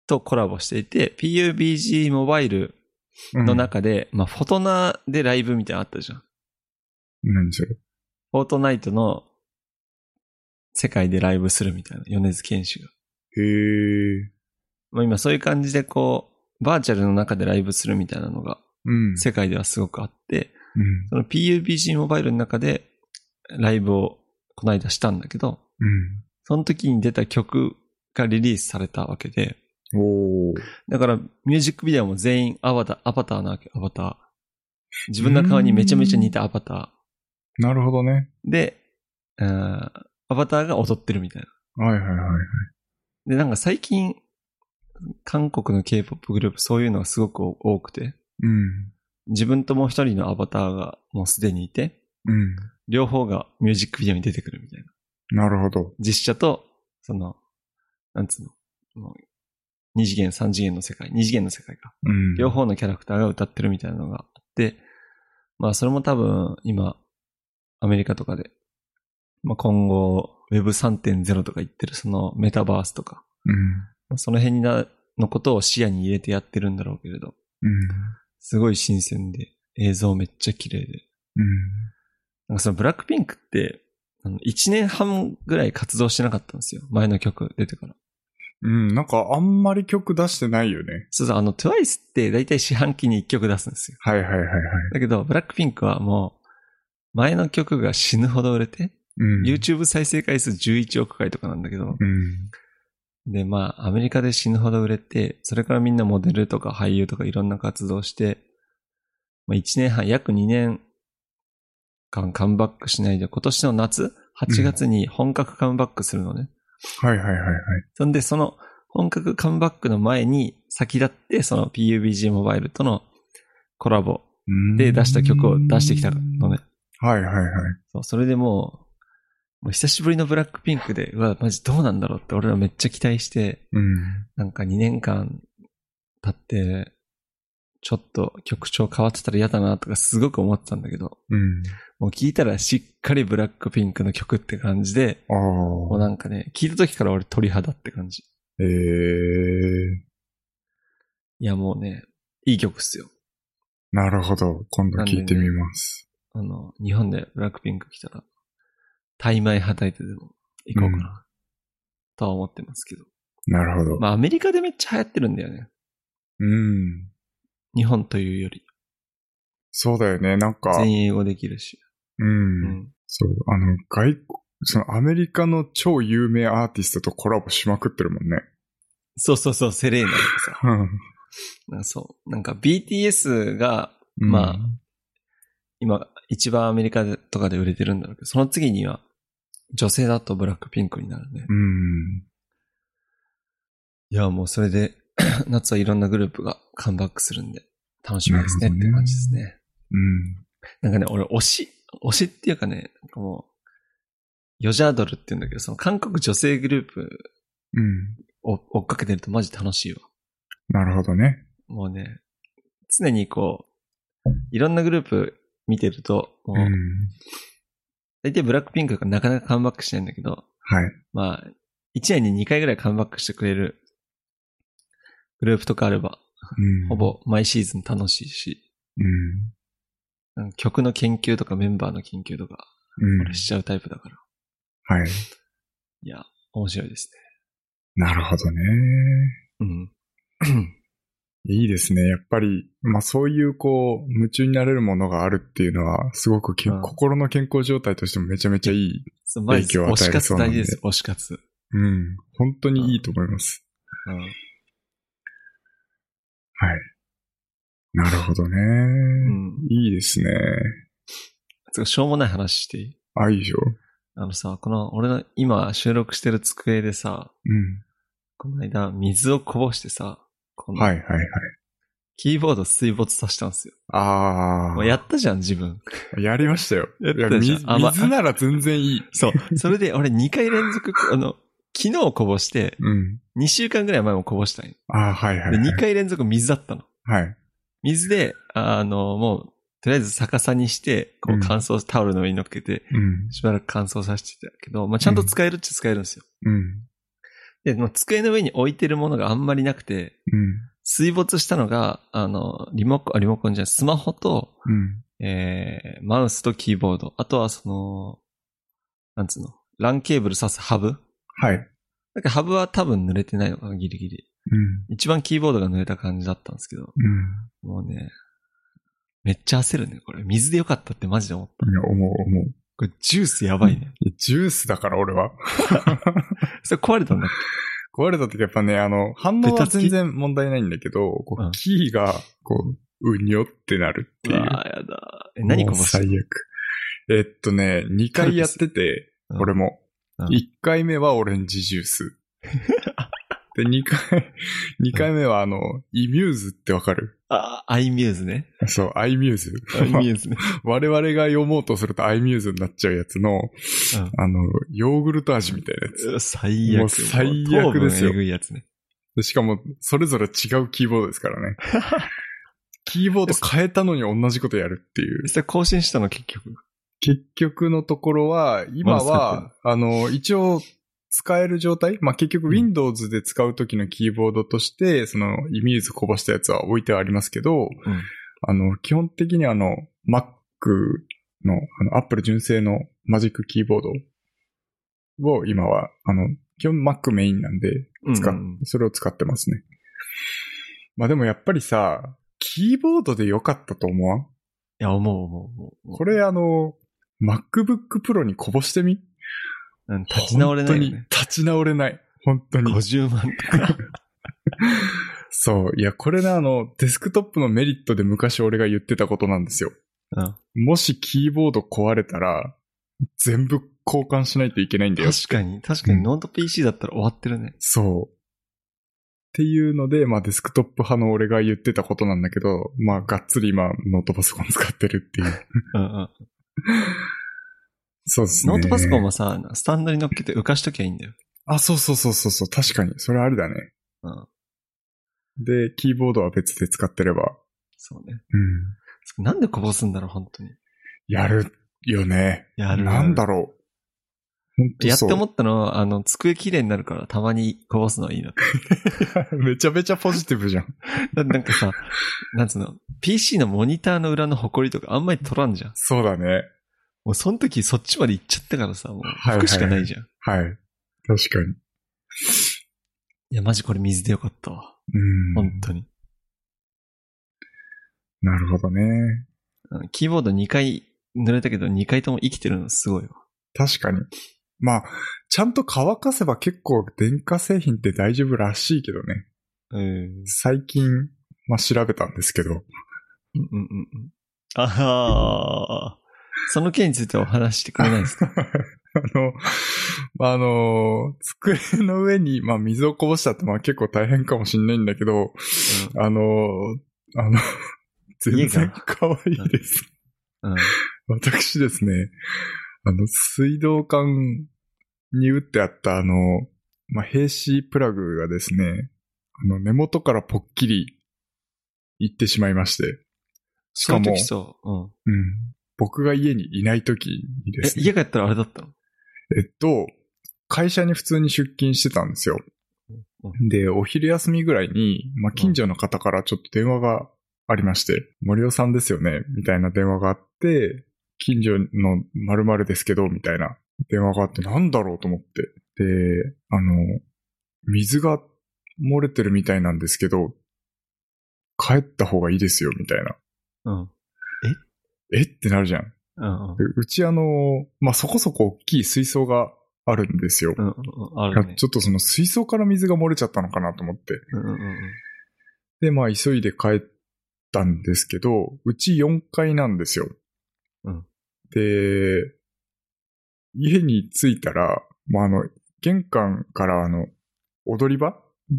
とコラボしていて、PUBG モバイルうんの中で、まあ、フォトナでライブみたいなのあったじゃん。何それ。フォートナイトの世界でライブするみたいな、米津玄師が。へえ。まあ今そういう感じでこう、バーチャルの中でライブするみたいなのがうん。世界ではすごくあって、うん。その PUBG モバイルの中でライブをこの間したんだけど、その時に出た曲がリリースされたわけで、うん。おー。だからミュージックビデオも全員アバター、アバターなわけ、アバター。自分の顔にめちゃめちゃ似たアバタなるほどね。ー。で、うんアバターが踊ってるみたいな。はいはいはい。で、なんか最近、韓国の K-POP グループ、そういうのがすごく多くて、うん。自分ともう一人のアバターがもうすでにいて、うん。両方がミュージックビデオに出てくるみたいな。なるほど。実写と、その、なんつうの、もう二次元、三次元の世界、二次元の世界か。うん。両。方のキャラクターが歌ってるみたいなのがあって、まあそれも多分今、アメリカとかで、まあ今後 Web3.0 とか言ってるそのメタバースとか、うん。まあその辺なのことを視野に入れてやってるんだろうけれど、うん。すごい新鮮で、映像めっちゃ綺麗で。うん。なんかそのブラックピンクって、あの、1年半ぐらい活動してなかったんですよ。前の曲出てから。うん、なんかあんまり曲出してないよね。そうそう、あの、TWICE って大体四半期に1曲出すんですよ。はいはいはいはい。だけど、ブラックピンクはもう、前の曲が死ぬほど売れて、うん。 YouTube 再生回数11億回とかなんだけど、うん。で、まあ、アメリカで死ぬほど売れて、それからみんなモデルとか俳優とかいろんな活動して、まあ、1年半、約2年間カムバックしないで、今年の夏、8月に本格カムバックするのね。はいはいはいはい。そんで、その本格カムバックの前に先立って、その PUBG モバイルとのコラボうんで出した曲を出してきたのね。。はいはいはい。そう、それでもう、もう久しぶりのブラックピンクで、うわ、マジどうなんだろうって俺らめっちゃ期待して、うん。なんか2年間経って、ちょっと曲調変わってたら嫌だなとかすごく思ってたんだけど、うん。もう聞いたらしっかりブラックピンクの曲って感じで、もうああ。なんかね、聞いた時から俺鳥肌って感じ。ええ。いやもうね、いい曲っすよ。なるほど。今度聞いてみます。あの、日本でブラックピンク来たら、大枚はたいてでも行こうかな、とは思ってますけど。なるほど。まあアメリカでめっちゃ流行ってるんだよね。うん。日本というより。そうだよね。なんか、全員英語できるし。う。うんん。そう。あの、外国、そのアメリカの超有名アーティストとコラボしまくってるもんね。そうそうそう、セレーナとかさ。うんなんかそう。なんか BTS が、うん。まあ今、一番アメリカでとかで売れてるんだろうけど、その次には、女性だとブラックピンクになるね。うん。いや、もうそれで、 [COUGHS] 夏はいろんなグループがカムバックするんで、楽しみですねっなるほどねて感じですね。うん。なんかね、俺、推し、推しっていうかね、なんかもう、ヨジャードルって言うんだけど、その韓国女性グループうん。を追っかけてるとマジ楽しいわ。なるほどね。もうね、常にこう、いろんなグループ見てると、もうう、ん。大体ブラックピンクがなかなかカムバックしないんだけど、はい。まあ、1年に2回ぐらいカムバックしてくれるグループとかあれば、うん。ほ。ぼ毎シーズン楽しいし、うん。なんか曲の研究とかメンバーの研究とか、うん。俺しちゃうタイプだから。はい。いや、面白いですなるほどね。ね。うん。 [CLEARS THROAT] いいですね。やっぱり、まあそういうこう、夢中になれるものがあるっていうのは、すごくけ、うん心の健康状態としてもめちゃめちゃいい。そう、まず、影響を推与しえれ活そうなん大で事です、推し活。うん。本当にいいと思います。はい。なるほどね。うん。うん。いいですね。つうかしょうもない話していいあ、いいでしょ。あのさ、この、俺の今収録してる机でさ、うん。この間水をこぼしてさ、こはのいはいはい。キーボード水没させたんですよ。あもうあ。やったじゃん、自分。やりましたよ。やっいやたでしょ水あまあ水なら全然いい。 [LAUGHS] そう。それで俺2回連続、 [LAUGHS] あの、昨日こぼして、うん。 2週間ぐらい前もこぼしたんよ。ああ、はいはいで、はい。 2回連続水だったの。はい。水で、あの、もう、とりあえず逆さにして、こう乾燥、タオルの上に乗っけて、うん。しばらく乾燥させてたけど、まあ、ちゃんと使えるっちゃ使えるんですよ。うん。で、まあ机の上に置いてるものがあんまりなくて、うん。水没したのが、あの、リモコン、あリモコンじゃない、スマホと、うん。えー、マウスとキーボード。あとはその、なんつうの、LAN ケーブル挿すハブはい。なんかハブは多分濡れてないのかな、ギリギリ。うん。一番キーボードが濡れた感じだったんですけど、うもうね、めっちゃ焦るね、これ。水でよかったってマジで思った。ん。いや、思う、思う。これジュースやばいね。いやジュースだから、俺は。 [LAUGHS] それ壊れたんだっ壊れた時やっぱね、あの、反応は全然問題ないんだけど、こうんう、キーが、こう、うにょってなるってけいうう。わーやだ。え、何こぼしたもう最悪。えっとね、2回やってて、うん俺うも。ん1回目はオレンジジュ [LAUGHS] ース。で、2回、二回目はあの、イミューズってわかるあー、アイミューズね。 [LAUGHS] そう、アイミューズ。アイミューズね。我々が読もうとするとアイミューズになっちゃうやつの、うんあの、ヨーグルト味みたいなやつうわ最悪。もう最悪ですよもう糖分えぐいやつね。で。しかも、それぞれ違うキーボードですから [LAUGHS] ね。キーボード変えたのに同じことやるっていう実。際更新したの結局。結局のところは、今まは、あの、一応、使える状態まあ、結局うん Windows で使う時のキーボードとして、その、イミューズこぼしたやつは置いてはありますけうど、んあの、基本的にあの、Mac の、あの、Apple 純正のマジックキーボードを今は、あの、基本 Mac メインなんで、使っうんうんそれを使ってますね。まあ、でもやっぱりさ、キーボードで良かったと思わんいや、思う思う思う。これあの、MacBook Pro にこぼしてみうん、立ち直れないよ本ね。当に立ち直れない。本当に。 50万とか。そう。いや、これね、あの、デスクトップのメリットで昔俺が言ってたことなんですよ。うんもしキーボード壊れたら、全部交換しないといけないんだよ。確かに、確かうにんノート PC だったら終わってるね。そう。っていうので、まあデスクトップ派の俺が言ってたことなんだけど、まあがっつり今ノートパソコン使ってるっ [LAUGHS] ていう。うんうん。そうですね。ノートパソコンもさ、スタンドに乗っけて浮かしときゃいいんだよ。あ、そうそうそうそうそう。確かに。それあれだね。うん。で、キーボードは別で使ってれば。そうね。うん。なんでこぼすんだろう、本当に。やるよね。やるなんだろう。本当やってそう思ったのは、あの、机綺麗になるからたまにこぼすのはいいなって。 [LAUGHS] めちゃめちゃポジティブじゃん。だなんかさ、 [LAUGHS] なんつうの、PC のモニターの裏の埃とかあんまり取らんじゃん。そうだね。もうその時そっちまで行っちゃったからさ、もういはい服しかないじゃん。いはい。確かに。や、マジこれ水でよかったわ。うん。本当に。なるほどね。あのキーボード2回濡れたけど2回とも生きてるのすごいわ。確かに。まあ、ちゃんと乾かせば結構電化製品って大丈夫らしいけどね。うん。うん最近、まあ調べたんですけど、うんうんうん。ああ、その件についてお話してくれないですか [LAUGHS] あの、まああの、机の上に、まあ、水をこぼしたって、まあ、結構大変かもしんないんだけど、あの、あの、[LAUGHS] 全家然が可愛いです。うん。うん私ですね、あの、水道管に打ってあった、あの、まあ、平子プラグがですね、あの、根元からぽっきりいってしまいまして、しそかういうも時、そう。うん。うん、僕が家にいない時にでえ、すね、家帰ったらあれだったのえっと、会社に普通に出勤してたんですよう。で、お昼休みぐらいに、まあ、近所の方からちょっと電話がありまして、森尾さんですよね、みたいな電話があって、近所の〇〇ですけど、みたいな電話があって、なんだろうと思って。で、あの、水が漏れてるみたいなんですけど、帰った方がいいですよ、みたいな。うん。えってなるじゃん。うんうん。でうちあの、まあ、そこそこ大きい水槽があるんですよ。うんうんうん。あるね。ちょっとその水槽から水が漏れちゃったのかなと思って。うんうんうん。で、まあ急いで帰ったんですけど、うち4階なんですよ。うんで、家に着いたら、まああの、玄関からあの、踊り場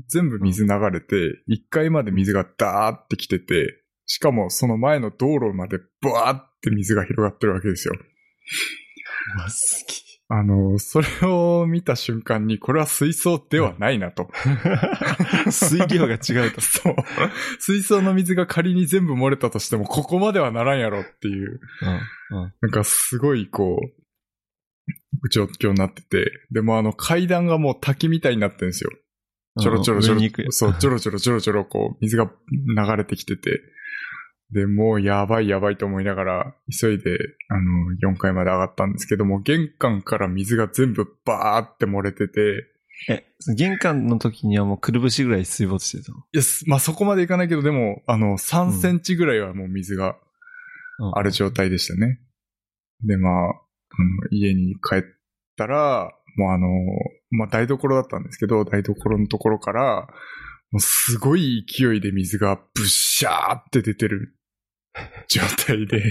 全部水流れて、1階まで水がダーって来てて、しかもその前の道路までブワーって水が広がってるわけですよ。まあ、好き。あの、それを見た瞬間に、これは水槽ではないなと。水量が違うと。そう。水槽の水が仮に全部漏れたとしても、ここまではならんやろっていう、うんうん。なんかすごいこう、状況になってて、でもあの階段がもう滝みたいになってるんですよ。ちょろちょろち上ょろに行く、そう、ちょろちょろちょろちょろこう、水が流れてきてて、で、もうやばいやばいと思いながら、急いで、あの、4階まで上がったんですけども、玄関から水が全部バーって漏れてて、え、玄関の時にはもうくるぶしぐらい水没してたのいや、すまあ、そこまでいかないけど、でも、あの、うん3センチぐらいはもう水がうんある状態でしたね。で、まあ、あの家に帰ったら、もうあの、まあ、台所だったんですけど、台所のところから、もうすごい勢いで水がブッシャーって出てる状態で、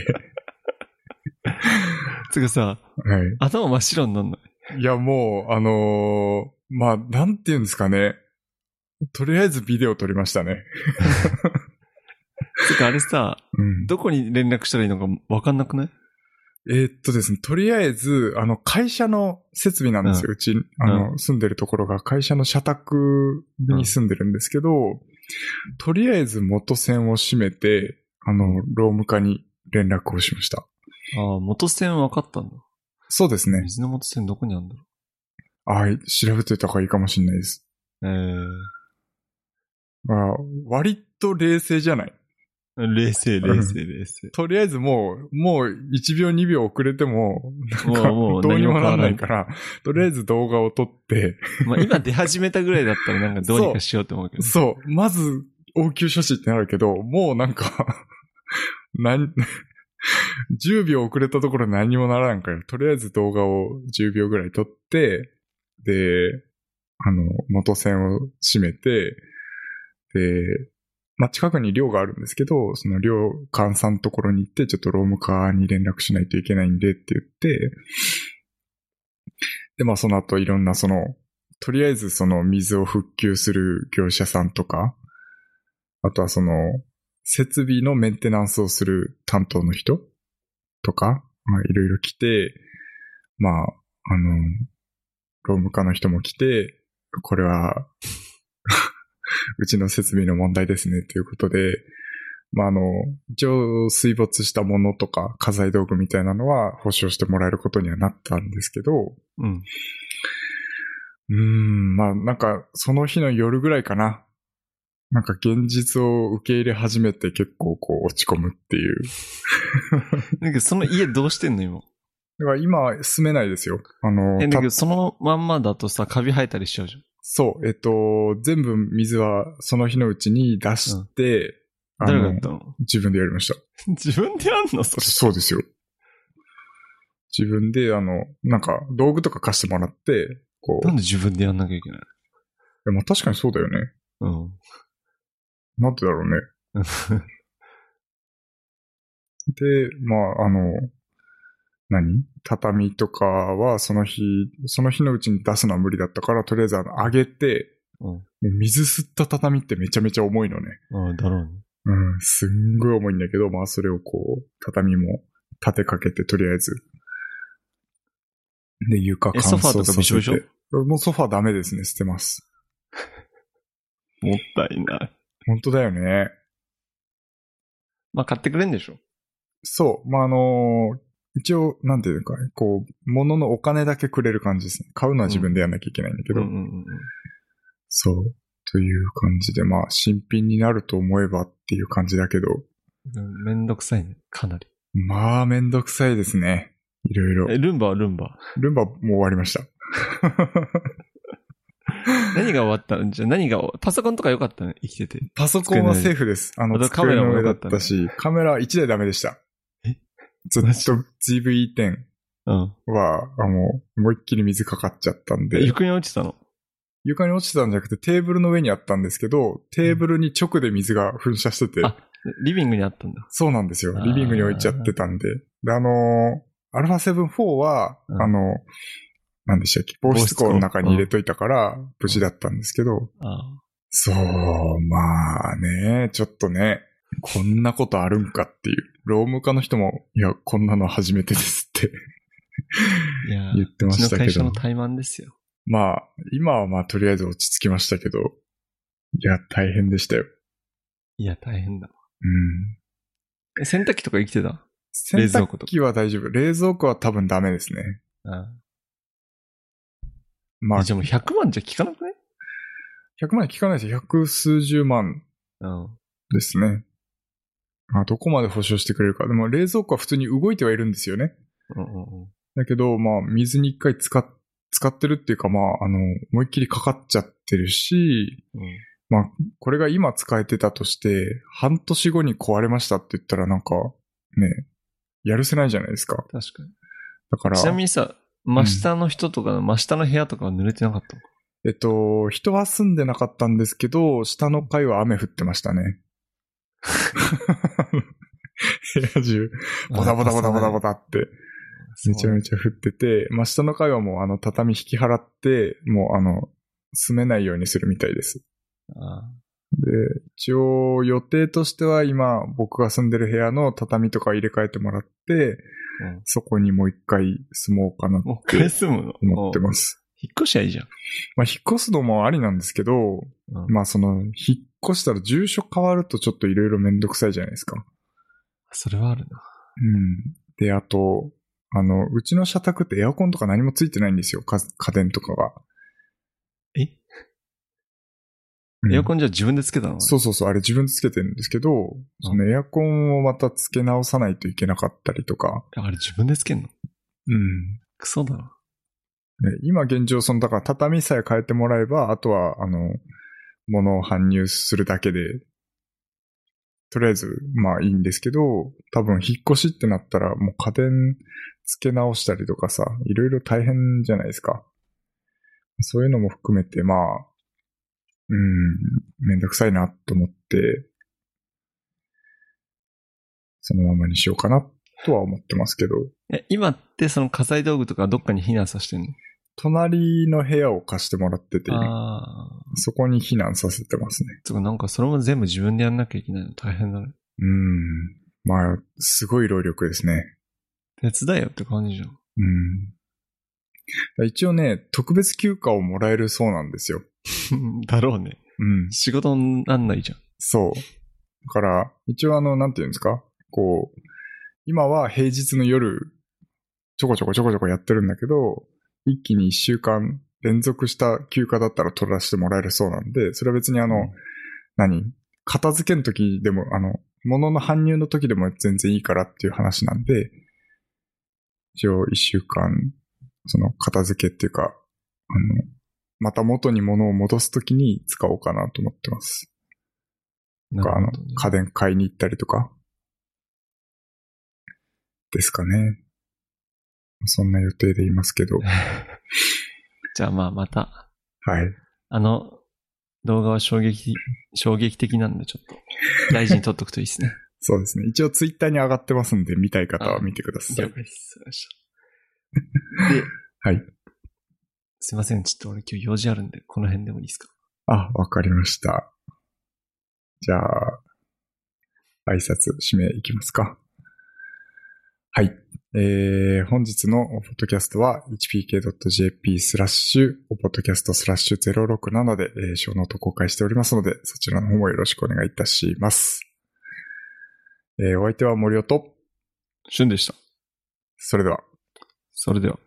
つうかさ、はい。頭真っ白になんない。いや、もう、あのーまあ、なんていうんですかね。とりあえずビデオ撮りましたね。つうかあれさ、うん。どこに連絡したらいいのかわかんなくないえーっとですね、とりあえず、あの、会社の設備なんですよ、うち、あの、住んでるところが会社の社宅に住んでるんですけど、とりあえず元栓を閉めて、あの、労務課に連絡をしました。ああ、元栓分かったんだ。そうですね。水の元栓どこにあるんだろはい、調べといた方がいいかもしれないです。う。あ割と冷静じゃない。えー、冷静、冷静、冷静。とりあえずもう、もう1秒2秒遅れても、なんもかうもう [LAUGHS] どうにもならな何いも変かわらら、とりあえず動画を撮って、まあ今出始めたぐらいだったらなんかどうにかしようと思うけど。そう、まず応急処置ってなるけど、もうなんか [LAUGHS] なん、10秒遅れたところ何にもならんから、とりあえず動画を10秒ぐらい撮って、で、あの、元栓を閉めて、で、まあ、近くに寮があるんですけど、その寮換さんのところに行って、ちょっとローム課に連絡しないといけないんでって言って、で、まあ、その後いろんなその、とりあえずその水を復旧する業者さんとか、あとはその、設備のメンテナンスをする担当の人とか、まあ、いろいろ来て、まあ、あの、労務課の人も来て、これは、 [LAUGHS] うちの設備の問題ですね、ということで、まあ、あの、一応水没したものとか、家財道具みたいなのは保証してもらえることにはなったんですけど、うん。うーん、まあなんかその日の夜ぐらいかな。なんか現実を受け入れ始めて結構こう落ち込むっていう。だけどその家どうしてんの今。だから今住めないですよ。あのえ、、だたけどそのまんまだとさ、カビ生えたりしちゃうじそう、えっと、全部水はその日のうちに出して、ゃん。あ誰がやのったの自分でやりました。自分でやんのそれ。そうですよ。自分であの、なんか道具とか貸してもらって、こ [LAUGHS] うなん、で自分でやんなきゃいけないでも確かにそうだよね。 [LAUGHS] うん。なんでだろうね。で、まあ、あの、何畳とかはその日、その日のうちに出すのは無理だったから、とりあえずあの上げて、うんもう水吸った畳ってめちゃめちゃ重いのね。うん、だろうね。うん、すんごい重いんだけど、まあそれをこう、畳も立てかけて、とりあえず。で、床え乾ソ燥させて。ファーとかびしょびしょもうソファーダメですね、捨てます。もったいない。本当だよね。まあ、買ってくれんでしょ。そう。まあ、あのー一応、なんていうのか、こう、物のお金だけくれる感じですね。買うのは自分でやんなきゃいけないんだけうんど。うんうんうん。そう。という感じで、まあ、新品になると思えばっていう感じだけど、うんめんどくさいね。かなり。まあ、めんどくさいですね。いろいろえ、。ルンバはルンバ。ルンバもう終わりました。何が終わったのじゃあ何が、パソコンとか良かったね。生きてて。パソコンはセーフです。あの、あとカメ机ラのも上良だかっったねたし、カメラ1台ダメでした。えずっと GV10 うん。は、あの、思いっきり水かかっちゃったんで。床に落ちたの。床に落ちてたんじゃなくてテーブルの上にあったんですけど、テーブルに直で水が噴射してて、あリビングにあったんだ。そうなんですよあ。ーリビングに置いちゃってたんで。で、あのー、α7-4 は、うんあの、なんでしたっけ、防湿庫の中に入れといたから、無事だったんですけど、あそう、まあね、ちょっとね、こんなことあるんかっていう。労務課の人も、いや、こんなの初めてですって。あ。いやー言ってましたけどうちの会社の怠慢ですよ。まあ、今はまあ、とりあえず落ち着きましたけど、いや、大変でしたよ。いや、大変だ。うん。え、洗濯機とか生きてた洗冷蔵庫濯と機は大丈夫。冷蔵庫は多分ダメですね。うん。まあ、えじゃあもう100万じゃ効かなくね100万円聞かないですよ。100数十万うん。ですね。まあ、どこまで保証してくれるか。でも、冷蔵庫は普通に動いてはいるんですよね。うんうんうん。だけど、まあ、水に一回使っ、使ってるっていうか、まあ、あの、思いっきりかかっちゃってるし、うんこれが今使えてたとして、半年後に壊れましたって言ったら、なんか、ね、やるせないじゃないですか。確かに。だから、ちなみにさ、真下の人とかの、真下の部屋とかは濡れてなかったのかえっと、人は住んでなかったんですけど、下の階は雨降ってましたね。部屋中、ボタボタボタボタボタって、めちゃめちゃ降ってて、まあ、下の階はもうあの畳引き払って、もうあの、住めないようにするみたいです。ゃ。あで、一応予定としては今僕が住んでる部屋の畳とか入れ替えてもらって、ーうんそこにもう一回住もうかなともう一回住むの思ってもうます。引っ越しゃいいじゃん。まあ、引っ越すのもありなんですけど、うんまあその、引っ越したら住所変わるとちょっといろいろめんどくさいじゃないですか。それはあるな。うん。で、あと、あの、うちの社宅ってエアコンとか何もついてないんですよ。か家電とかが。えうんエアコンじゃあ自分でつけたのそうそうそう、あれ自分でつけてるんですけど、そのエアコンをまたつけ直さないといけなかったりとか。あれ自分でつけんのうん。クソだな。ね今現状、その、だから畳さえ変えてもらえば、あとは、あの、物を搬入するだけで、とりあえず、まあいいんですけど、多分引っ越しってなったら、もう家電付け直したりとかさ、いろいろ大変じゃないですか。そういうのも含めて、まあ、うん、めんどくさいなと思って、そのままにしようかなとは思ってますけど、え、今ってその家財道具とかどっかに避難させてんの隣の部屋を貸してもらってて、今ああ。そこに避難させてますね。つうかなんかそれも全部自分でやんなきゃいけないの大変だね。うん。まあ、すごい労力ですね。手伝えよって感じじゃん。うん。一応ね、特別休暇をもらえるそうなんですよ。 [LAUGHS] だろうね。うん。仕事になんないじゃん。そう。だから、一応あの、なんていうんですかこう、今は平日の夜、ちょこちょこちょこちょこやってるんだけど、一気に一週間連続した休暇だったら取らせてもらえるそうなんで、それは別にあの、うん何片付けの時でも、あの、物の搬入の時でも全然いいからっていう話なんで、一応一週間、その片付けっていうか、あの、また元に物を戻す時に使おうかなと思ってます。なとか、あのるほどね、家電買いに行ったりとか、ですかね。そんな予定でいま [LAUGHS] すけど、はい。じゃあまあまた、あ [LAUGHS] の動画は衝撃、衝撃的なんでちょっと大事に撮っとくといいですね。そうですね。一応ツイッターに上がってますんで、見たい方は見てくださ了い。解です。わかりました。で、はい。すいません。ちょっと俺今日用事あるんで、この辺でもいいですかあ、わかりました。じゃあ、挨拶、締めいきますか。はい。えー、本日のポッドキャストは hpk.jp スラッシュ、おポッドキャストスラッシュ067で、えー、小ノート公開しておりますので、そちらの方もよろしくお願いいたします。えー、お相手は森尾と、旬でした。それでは。それでは。